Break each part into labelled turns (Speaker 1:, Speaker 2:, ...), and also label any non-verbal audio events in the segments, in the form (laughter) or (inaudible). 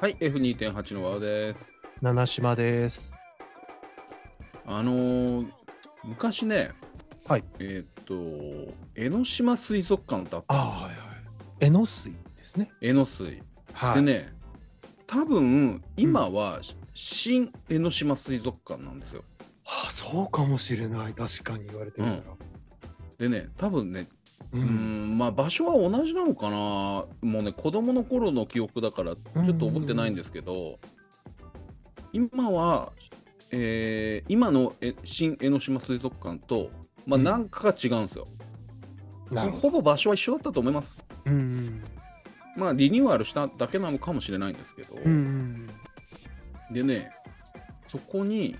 Speaker 1: はい、F2.8 の和尾です。
Speaker 2: 七島です。
Speaker 1: あのー、昔ね、
Speaker 2: はい、
Speaker 1: えーっと、江ノ島水族館ってあった
Speaker 2: ああ、はいはい。江ノ水ですね。
Speaker 1: 江ノ水。
Speaker 2: は
Speaker 1: でね、多分今は新江ノ島水族館なんですよ。
Speaker 2: はあ、そうかもしれない。確かに言われてみたら。
Speaker 1: でね、多分ね、
Speaker 2: う
Speaker 1: うーん、。まあ場所は同じなのかな、もうね、子供の頃の記憶だから、ちょっと覚えてないんですけど、今は、えー今のえ新江ノ島水族館と、まあ、
Speaker 2: うん
Speaker 1: なんかが違うんですよ。
Speaker 2: なるほ
Speaker 1: ほ
Speaker 2: ど。
Speaker 1: ぼ場所は一緒だったと思います。
Speaker 2: うん。
Speaker 1: まあ、リニューアルしただけなのかもしれないんですけど、
Speaker 2: うん。
Speaker 1: でね、そこに、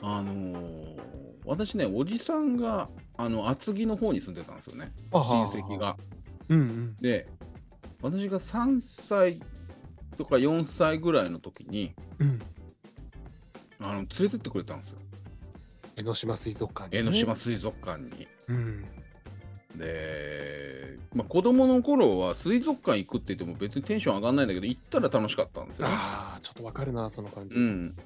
Speaker 1: あのー私ね、おじさんがあの厚木の方に住んでたんですよね、
Speaker 2: 親
Speaker 1: 親戚。が。
Speaker 2: うんうん。
Speaker 1: で、私が3歳とか4歳ぐらいの時に
Speaker 2: うん。
Speaker 1: あの連れてってくれたんですよ、
Speaker 2: 江ノ島水族館、
Speaker 1: 江ノ島。水族館に。
Speaker 2: うん。
Speaker 1: で、まあ、子供の頃は水族館行くって言っても別にテンション上がんないんだけど、行ったら楽しかったんですよね。
Speaker 2: ああ、ちょっとわかるな、その感じ。
Speaker 1: うん、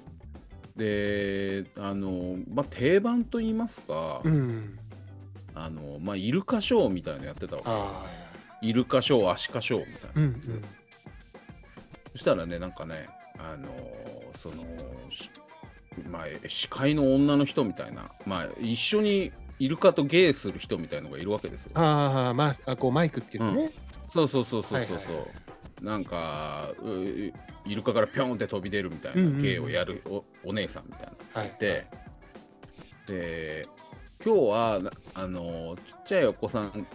Speaker 1: であの、まあ、定番と言いますか、
Speaker 2: うん。
Speaker 1: あのまあ、イルカショーみたいなのやってた
Speaker 2: ああ
Speaker 1: わ
Speaker 2: はいはい。
Speaker 1: けイルカショーアシカショーみたいな、
Speaker 2: うんうん。
Speaker 1: そしたらねなんかねあのそのしまあえ司会の女の人みたいな、まあ、一緒にイルカとゲーする人みたいのがいるわけですよ。
Speaker 2: ああ、まああ、こうマイクつけてね。
Speaker 1: そうそうそうそうそう
Speaker 2: はい
Speaker 1: そう、
Speaker 2: はいはい
Speaker 1: なんかうイルカからピョンって飛び出るみたいな
Speaker 2: うんうんうん
Speaker 1: 芸をやるおお姉さんみたいな
Speaker 2: はい。
Speaker 1: でで今日はなあのちっちゃいお子さん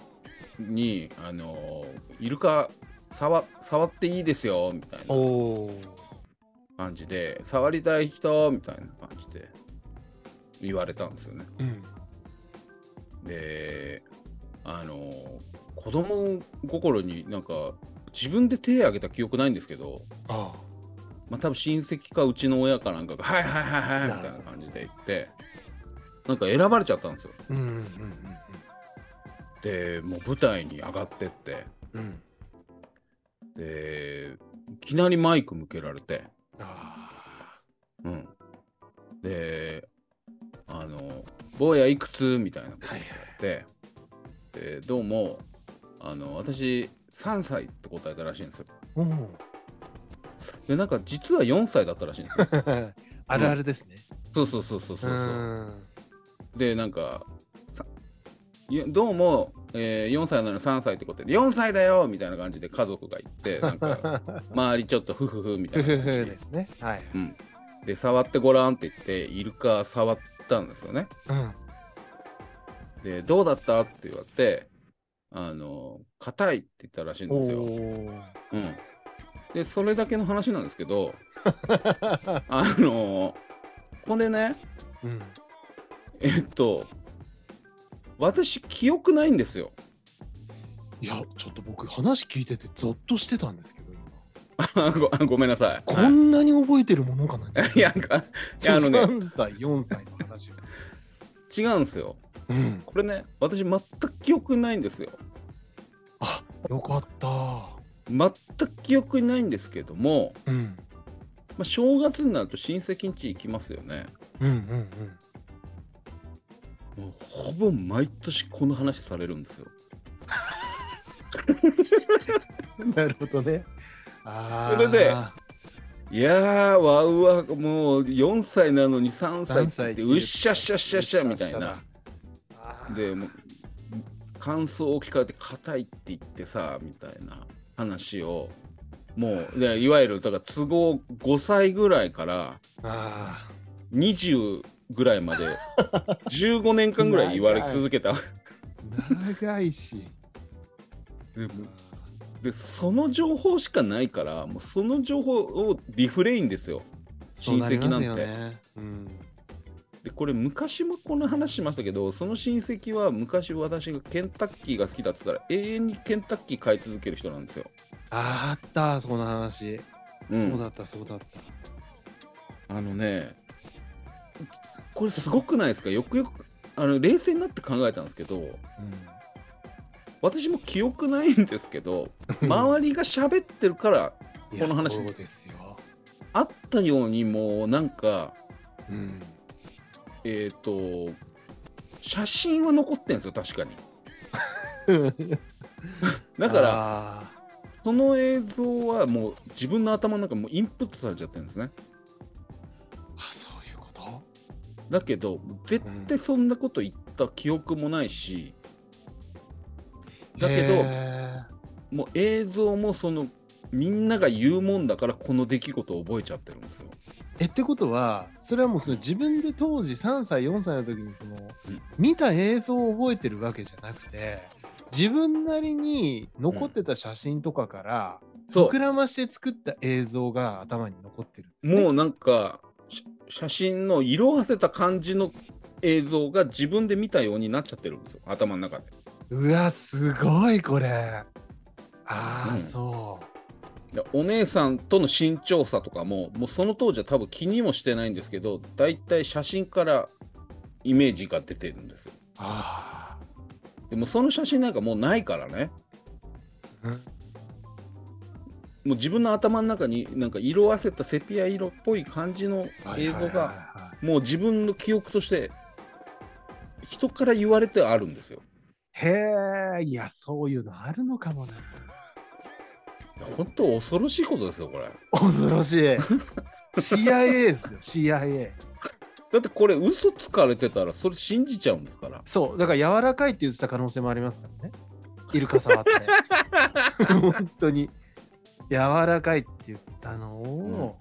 Speaker 1: にあのイルカ触触っていいですよみたい
Speaker 2: お
Speaker 1: な
Speaker 2: お。
Speaker 1: 感じで触りたい人みたいな感じで言われたんですよね。
Speaker 2: うん。
Speaker 1: であの子供心になんか自分で手挙げた記憶ないんですけど、
Speaker 2: あ
Speaker 1: まあ、多分親戚かうちの親かなんかが「はいはいはいはい」みたいな
Speaker 2: なるほど
Speaker 1: 感じで言ってなんか選ばれちゃったんですよ。
Speaker 2: あ。うんうんうん
Speaker 1: でもう舞台に上がってって
Speaker 2: うん。うん。
Speaker 1: でいきなりマイク向けられて、
Speaker 2: あ
Speaker 1: うん、であの「坊やいくつ?」みたいなこと
Speaker 2: あ。はいはい。
Speaker 1: ででどうもあの私3歳って答えたらしいんですよ
Speaker 2: おお。
Speaker 1: でなんか実は4歳だったらしいん
Speaker 2: (laughs)
Speaker 1: ですよ (laughs)
Speaker 2: あるあるですね。
Speaker 1: そうそうそうそうそう
Speaker 2: う
Speaker 1: そ
Speaker 2: ん
Speaker 1: うでなんかさいやどうも、えー4歳なのに3歳ってことで4歳だよみたいな感じで家族が言ってなんか
Speaker 2: (laughs)
Speaker 1: 周りちょっとフフフみた
Speaker 2: ふ
Speaker 1: いな
Speaker 2: ふ
Speaker 1: 感
Speaker 2: ふ
Speaker 1: じで
Speaker 2: ですね。はい。
Speaker 1: うん、で触ってごらんって言ってイルカ触ったんですよね
Speaker 2: うん。
Speaker 1: でどうだったって言われてあの硬いって言ったらしいんですよ、
Speaker 2: お
Speaker 1: うん、でそれだけの話なんですけど
Speaker 2: ー
Speaker 1: あのこれね
Speaker 2: うん。
Speaker 1: えっと私記憶ないんですよ
Speaker 2: いや、ちょっと僕話聞いててゾッとしてたんですけど、今
Speaker 1: あごあごめんなさい
Speaker 2: こんなに覚えてるものか
Speaker 1: (laughs)
Speaker 2: な。
Speaker 1: はいいやなんか
Speaker 2: そう
Speaker 1: あのね
Speaker 2: 3歳、4歳の話を。
Speaker 1: 違うんですよ
Speaker 2: うん。
Speaker 1: これね私全く記憶ないんですよ
Speaker 2: あ、よかった。
Speaker 1: 全く記憶にないんですけども、
Speaker 2: うん。
Speaker 1: まあ、正月になると親戚ん家行きますよね
Speaker 2: うんうんうん。
Speaker 1: もうほぼ毎年この話されるんですよ。
Speaker 2: なるほどね。あー
Speaker 1: それでいやー、わうわ、もう4歳なのに3歳
Speaker 2: 三
Speaker 1: って言
Speaker 2: 歳
Speaker 1: って、うっしゃっしゃっしゃっしゃみたいな。。
Speaker 2: あー
Speaker 1: で、もう感想を聞かれて、硬いって言ってさ、みたいな話を、もう、でいわゆる、だから都合5歳ぐらいから
Speaker 2: あー
Speaker 1: 20ぐらいまで、15年間ぐらい言われ続けた。
Speaker 2: 長いし。
Speaker 1: でもうで、その情報しかないから、もうその情報をリフレインですよ。
Speaker 2: そうりますよ
Speaker 1: 親戚
Speaker 2: ね。うん。
Speaker 1: でこれ昔もこの話しましたけどその親戚は昔私がケンタッキーが好きだって言ったら永遠にケンタッキー買い続ける人なんですよ。
Speaker 2: あーあった、その話。
Speaker 1: うん
Speaker 2: そうだった、そうだった。
Speaker 1: あのねこれすごくないですかよくよくあの冷静になって考えたんですけど
Speaker 2: う
Speaker 1: 私
Speaker 2: (laughs)
Speaker 1: も記憶ないんですけど周りが喋ってるから
Speaker 2: ん、
Speaker 1: この話
Speaker 2: いやそうですよ。
Speaker 1: あったようにもうなんか
Speaker 2: うん。
Speaker 1: えっ、と写真は残ってんですよ確かに (laughs) だから
Speaker 2: ら、
Speaker 1: その映像はもう自分の頭の中にもうインプットされちゃってるんですね
Speaker 2: あそういうこと
Speaker 1: だけど絶対そんなこと言った記憶もないし、だけど
Speaker 2: へ
Speaker 1: もう映像もそのみんなが言うもんだからこの出来事を覚えちゃってるんですよ。
Speaker 2: ーえってことはそれはもうその自分で当時3歳4歳の時にその、
Speaker 1: ん
Speaker 2: 見た映像を覚えてるわけじゃなくて自分なりに残ってた写真とかから、
Speaker 1: そ
Speaker 2: 膨らまして作った映像が頭に残ってる
Speaker 1: うもうなんかし写真の色あせた感じの映像が自分で見たようになっちゃってるんですよ頭の中で。
Speaker 2: うわすごいこれああ、
Speaker 1: うん
Speaker 2: そ
Speaker 1: でお姉さんとの身長差とかももうその当時は多分気にもしてないんですけどだいたい写真からイメージが出てるんですよ。
Speaker 2: うあ
Speaker 1: でもその写真なんかもうないからね
Speaker 2: あ、うん
Speaker 1: もう自分の頭の中になんか色あせたセピア色っぽい感じの映
Speaker 2: はいは
Speaker 1: 像
Speaker 2: いは
Speaker 1: がもう自分の記憶として人から言われてあるんですよ。
Speaker 2: いはいへえいやそういうのあるのかもな
Speaker 1: 本当恐ろしいことですよこれ。
Speaker 2: 恐ろしい (laughs) CIA ですよ CIA
Speaker 1: だってこれ嘘つかれてたらそれ信じちゃうんですから。
Speaker 2: そうだから柔らかいって言ってた可能性もありますからねイルカ触って本当に柔らかいって言ったのを、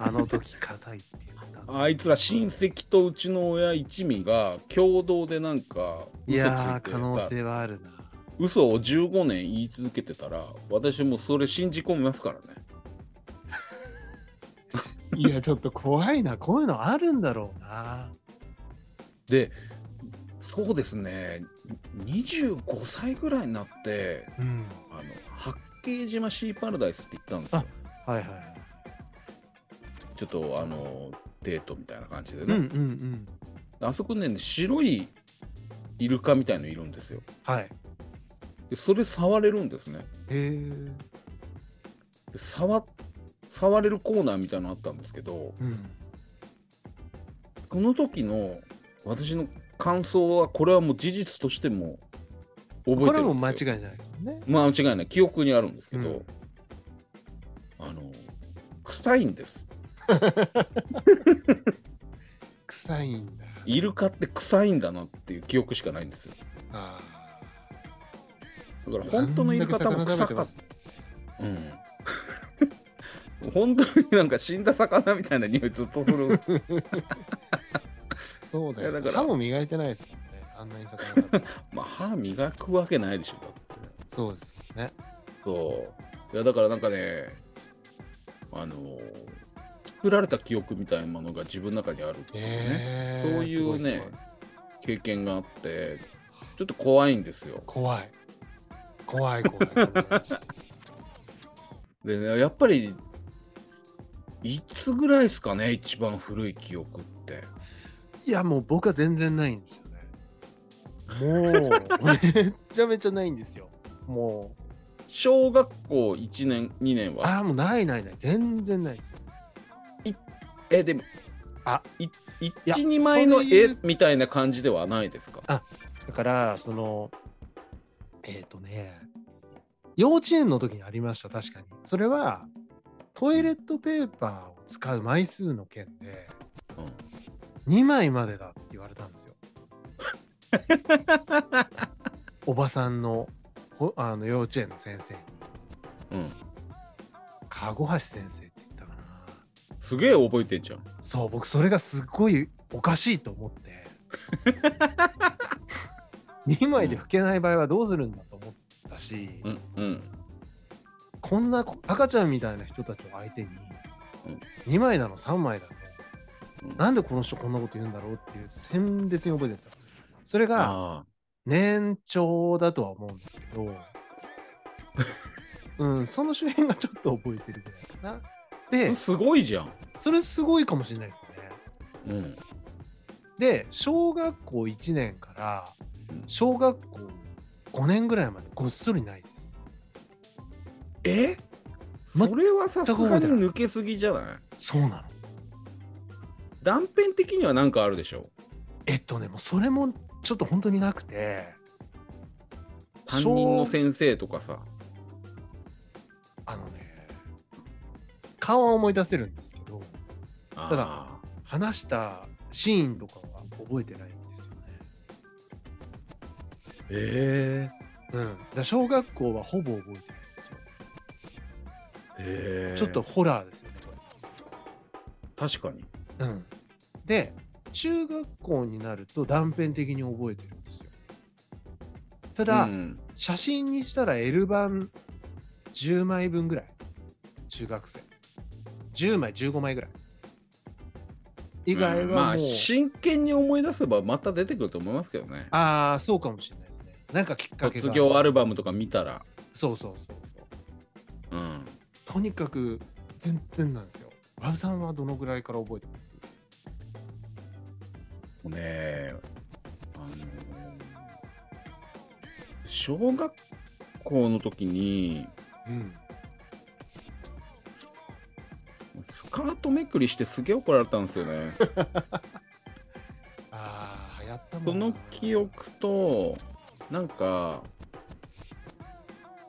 Speaker 2: あの時硬いって言 (laughs) ったの
Speaker 1: あいつら親戚とうちの親一味が共同でなんか嘘つ
Speaker 2: い
Speaker 1: いて
Speaker 2: やー
Speaker 1: た
Speaker 2: 可能性はあるな
Speaker 1: 嘘を15年言い続けてたら私もそれ信じ込みますからね。
Speaker 2: いやちょっと怖いなこういうのあるんだろうな
Speaker 1: でそうですね25歳ぐらいになって
Speaker 2: うん
Speaker 1: あの八景島シーパラダイスって行ったんですよ。
Speaker 2: はいはい
Speaker 1: ちょっとあのデートみたいな感じで
Speaker 2: うんう
Speaker 1: ね、
Speaker 2: んうん
Speaker 1: あそこね白いイルカみたいのいるんですよ
Speaker 2: はいへ
Speaker 1: でそれ触れるんですね
Speaker 2: え
Speaker 1: で触触れるコーナーみたいなのあったんですけど
Speaker 2: うん
Speaker 1: この時の私の感想はこれはもう事実としても覚えてるんですよ
Speaker 2: これはもう間違いないですよね
Speaker 1: まあ間違いない記憶にあるんですけど、
Speaker 2: うん
Speaker 1: あの臭いんです
Speaker 2: 臭いんだ
Speaker 1: イルカって臭いんだなっていう記憶しかないんですよ
Speaker 2: あ
Speaker 1: だから本当のイルカ多分臭かった。うん。 (laughs) 本当になんか死んだ魚みたいな匂いずっとするん (laughs) です。
Speaker 2: ーそうだよ
Speaker 1: いやだ
Speaker 2: だ
Speaker 1: か
Speaker 2: からら歯も磨いてないですもんねあんなに魚だ (laughs) ったら
Speaker 1: まあ歯磨くわけないでしょ。だって
Speaker 2: そうですよね
Speaker 1: そう。いやだからなんかね、あのー作られた記憶みたいなものが自分の中にあるっていうね、
Speaker 2: え
Speaker 1: そういうね経験があって、ちょっと怖いんですよ。
Speaker 2: 怖い怖い怖い怖い
Speaker 1: でね、やっぱり、いつぐらいですかね、一番古い記憶って。
Speaker 2: いやもう僕は全然ないんですよねもう (laughs) めっちゃめちゃないんですよもう
Speaker 1: 小学校1年、2年は
Speaker 2: ああもうないないない全然ないです
Speaker 1: えでも
Speaker 2: あ
Speaker 1: い
Speaker 2: いや
Speaker 1: 12枚の
Speaker 2: そうい
Speaker 1: 絵
Speaker 2: う
Speaker 1: みたいな感じではないですか
Speaker 2: だからそのえっ、とね幼稚園の時にありました確かにそれはトイレットペーパーを使う枚数の件で
Speaker 1: うん
Speaker 2: 2枚までだって言われたんですよ。
Speaker 1: (laughs)
Speaker 2: おばさんのほあの幼稚園の先生に
Speaker 1: うん
Speaker 2: 籠橋先生って言ったかな
Speaker 1: すげえ覚えてんじゃん
Speaker 2: そう僕それがすっごいおかしいと思って
Speaker 1: (laughs)
Speaker 2: 2枚で拭けない場合はどうするんだと思ったし、
Speaker 1: うんうん
Speaker 2: こんなこ赤ちゃんみたいな人たちを相手に
Speaker 1: うん
Speaker 2: 2枚だの3枚だの、
Speaker 1: うん
Speaker 2: なんでこの人こんなこと言うんだろうっていう鮮烈に覚えてるんですよそれが
Speaker 1: あ
Speaker 2: 年長だとは思うんですけ
Speaker 1: (laughs)
Speaker 2: ど、うん、その周辺がちょっと覚えてるぐらいかな。
Speaker 1: あ
Speaker 2: で、
Speaker 1: すごいじゃん
Speaker 2: それすごいかもしれないです
Speaker 1: う
Speaker 2: ね。
Speaker 1: ん
Speaker 2: で、小学校1年から
Speaker 1: うん
Speaker 2: 小学校5年ぐらいまでごっそりないです。
Speaker 1: え
Speaker 2: ま
Speaker 1: それはさすがに
Speaker 2: 全く覚えてない
Speaker 1: 抜けすぎじゃない
Speaker 2: そうなの
Speaker 1: 断片的には何かあるでしょ
Speaker 2: えっとねもうそれもちょっと本当になくて
Speaker 1: 担任の
Speaker 2: 小
Speaker 1: 先生とかさ
Speaker 2: あのね顔は思い出せるんですけど
Speaker 1: あ
Speaker 2: た
Speaker 1: ー
Speaker 2: だ話したシーンとかは覚えてないんですよね
Speaker 1: え
Speaker 2: うんだから小学校はほぼ覚えてないんですよ、
Speaker 1: ーえー
Speaker 2: ちょっとホラーですよねこれ
Speaker 1: 確かに
Speaker 2: うん、で中学校になると断片的に覚えてるんですよただ、
Speaker 1: うん
Speaker 2: 写真にしたら L 版10枚分ぐらい中学生10枚15枚ぐらい以外はもう、
Speaker 1: うんまあ真剣に思い出せばまた出てくると思いますけどね
Speaker 2: ああそうかもしれないですねなんかきっかけが
Speaker 1: 卒業アルバムとか見たら
Speaker 2: そうそうそうそう
Speaker 1: うん
Speaker 2: とにかく全然なんですよラブさんはどのぐらいから覚えてます
Speaker 1: もうねあの小学校の時に
Speaker 2: うん
Speaker 1: スカートめくりしてすげえ怒られたんですよ
Speaker 2: (laughs)
Speaker 1: ね
Speaker 2: ああ流行ったも
Speaker 1: そ
Speaker 2: んな
Speaker 1: の記憶となんか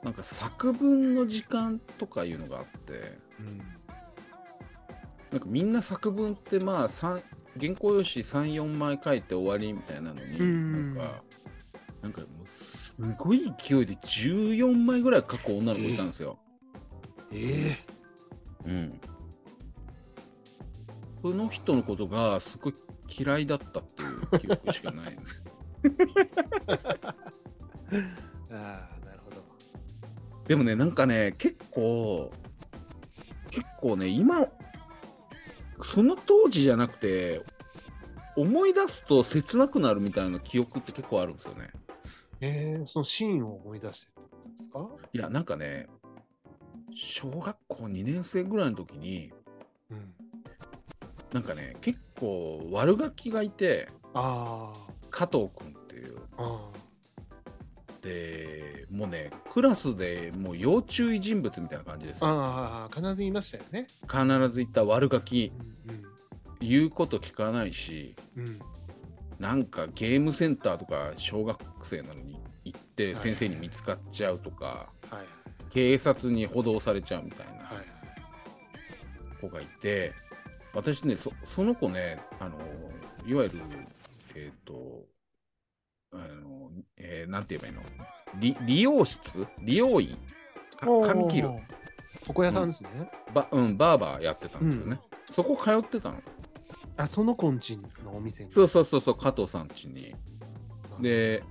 Speaker 1: なんか作文の時間とかいうのがあって
Speaker 2: うん
Speaker 1: なんかみんな作文ってまあ三原稿用紙34枚書いて終わりみたいなのに、
Speaker 2: うん
Speaker 1: なんかなんかもうすごい勢いで14枚ぐらい書く女の子いたんですよ。
Speaker 2: ええ
Speaker 1: うん、その人のことがすごい嫌いだったっていう記憶しかない。
Speaker 2: ああ、なるほど。
Speaker 1: (laughs) でもねなんかね結構結構ね今その当時じゃなくて思い出すと切なくなるみたいな記憶って結構あるんですよね。
Speaker 2: ええそのシーンを思い出してってことですか
Speaker 1: いやなんかね小学校2年生ぐらいの時に
Speaker 2: うん。
Speaker 1: なんかね結構悪ガキがいて
Speaker 2: あ
Speaker 1: 加藤君っていう
Speaker 2: あ、あ
Speaker 1: でもうねクラスでもう要注意人物みたいな感じです
Speaker 2: あ、
Speaker 1: よ
Speaker 2: ああ、必ず言いましたよね。
Speaker 1: 必ず言った悪ガキ
Speaker 2: う
Speaker 1: 言うこと聞かないし
Speaker 2: ん、うん、うん。
Speaker 1: なんかゲームセンターとか小学生なのに行って
Speaker 2: はい
Speaker 1: 先生に見つかっちゃうとか
Speaker 2: はい、
Speaker 1: 警察に補導されちゃうみたいな
Speaker 2: はい。
Speaker 1: 子がいて私ねそその子ねあのいわゆるえっ、とあの、えーなんて言えばいいの理理容室理容院か髪切る。
Speaker 2: 床屋さんですね。
Speaker 1: ば、うん、バーバーやってたんですよね、そこ通ってたの
Speaker 2: あ、その子んちのお店に。
Speaker 1: そうそうそうそう加藤さん家にで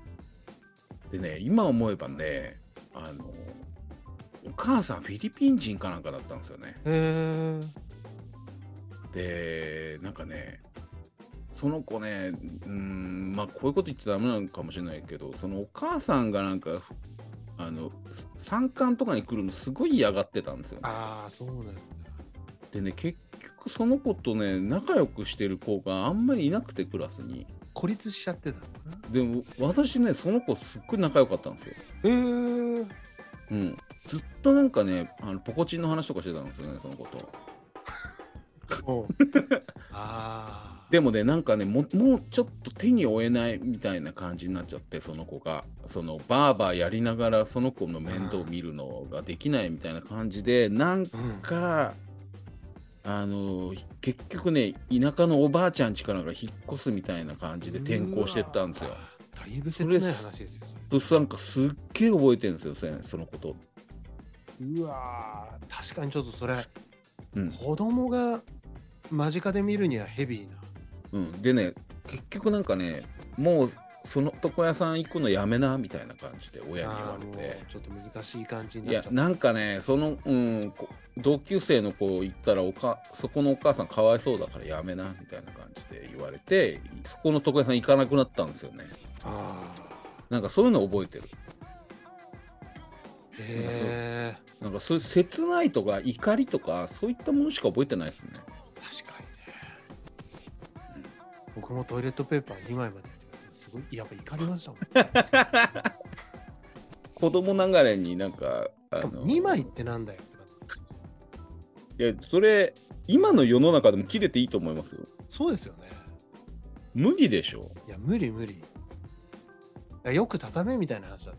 Speaker 1: でね今思えばねあのお母さんフィリピン人かなんかだったんですよね
Speaker 2: へえ。
Speaker 1: でなんかねその子ねうんまあこういうこと言っちゃダメなのかもしれないけどそのお母さんがなんかあの参観とかに来るのすごい嫌がってたんですよ、ね、
Speaker 2: ああ、そうなんだ。
Speaker 1: でね結局その子とね仲良くしてる子があんまりいなくてクラスに
Speaker 2: 孤立しちゃってたのかな。
Speaker 1: でも私ねその子すっごい仲良かったんですよ、
Speaker 2: へえ。
Speaker 1: うん、ずっとなんかねあのポコチンの話とかしてたんですよねその子と
Speaker 2: そう。 (laughs) ああ。
Speaker 1: で
Speaker 2: も、
Speaker 1: もねなんかねももうちょっと手に負えないみたいな感じになっちゃってその子がそのバーバーやりながらその子の面倒見るのができないみたいな感じでなん
Speaker 2: うん。
Speaker 1: かあの結局ね田舎のおばあちゃん家からが引っ越すみたいな感じで転校してったんですよ
Speaker 2: うわー。だいぶ切ない話ですよ。それ
Speaker 1: 私なんかすっげえ覚えてるんですよそれそのこと
Speaker 2: うわー確かにちょっとそれ、
Speaker 1: うん
Speaker 2: 子供が間近で見るにはヘビーな
Speaker 1: うん、でね結局なんかねもうその床屋さん行くのやめなみたいな感じで親に言わ
Speaker 2: あー
Speaker 1: れ
Speaker 2: も
Speaker 1: て
Speaker 2: うちょっと難しい感じ
Speaker 1: い
Speaker 2: になっ
Speaker 1: や
Speaker 2: ちゃった
Speaker 1: なんかねその、うん、こ同級生の子行ったらおかそこのお母さんかわいそうだからやめなみたいな感じで言われてそこの床屋さん行かなくなったんですよね
Speaker 2: あ
Speaker 1: なんかそういうの覚えてる
Speaker 2: ーへえ
Speaker 1: なんかそういう切ないとか怒りとかそういったものしか覚えてないですね
Speaker 2: 確かにね、僕もトイレットペーパー2枚までやってすごいやっぱ怒りましたもん
Speaker 1: 子供ながらになんかあ
Speaker 2: しかも2枚ってなんだよって感じ
Speaker 1: いやそれ今の世の中でも切れていいと思いますよ
Speaker 2: そうですよね。
Speaker 1: 無理でしょ
Speaker 2: いや、無理無理。いやよく畳めみたいな話だ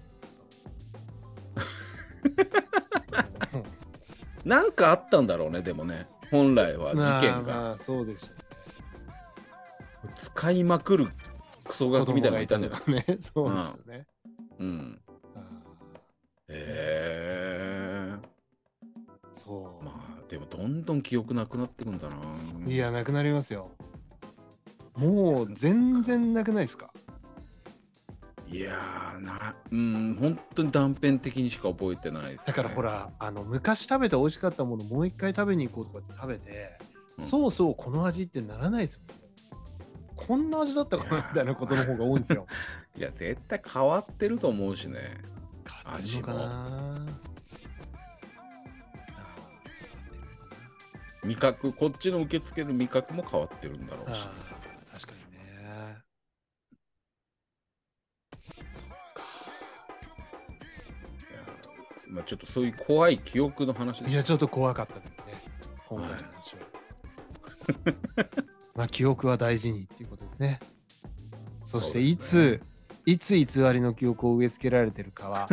Speaker 1: (laughs)
Speaker 2: った。
Speaker 1: なんかあったんだろうねでもね本来は事件
Speaker 2: まあ
Speaker 1: が
Speaker 2: まあそうでしょう。
Speaker 1: 使いまくるクソガキみたいなのがいたんだよ
Speaker 2: 子供がいたのがね。 (laughs) そうですよね。
Speaker 1: うん
Speaker 2: あ
Speaker 1: へえ
Speaker 2: ーそう。
Speaker 1: まあでもどんどん記憶なくなってくんだない
Speaker 2: や、なくなりますよ。もう全然なくないですか
Speaker 1: いやーなうん本当に断片的にしか覚えてないです、ね、
Speaker 2: だからほら、あの昔食べて美味しかったものもう一回食べに行こうとかって食べて、
Speaker 1: うん
Speaker 2: そうそうこの味ってならないですもんね。こんな味だったか
Speaker 1: い
Speaker 2: な
Speaker 1: や
Speaker 2: みたいなことの方が多いんです (laughs) よ。
Speaker 1: いや絶対変わってると思うしね
Speaker 2: 変わってるのかな
Speaker 1: 味覚こっちの受け付ける味覚も変わってるんだろ
Speaker 2: あ
Speaker 1: う
Speaker 2: ー
Speaker 1: し
Speaker 2: 確かにね。そっ
Speaker 1: いやまあ、ちょっとそういう怖い記憶の話
Speaker 2: か
Speaker 1: で
Speaker 2: い
Speaker 1: す
Speaker 2: や、ちょっと怖かったですね。今回の話は。
Speaker 1: (laughs)
Speaker 2: まあ、記憶は大事にっていうことですね。そして、い
Speaker 1: そうで
Speaker 2: つ、いつ偽りの記憶を植え付けられて
Speaker 1: (laughs)
Speaker 2: るかは、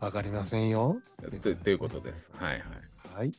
Speaker 2: わかりませんよ。
Speaker 1: とということです。はいはい。
Speaker 2: はい。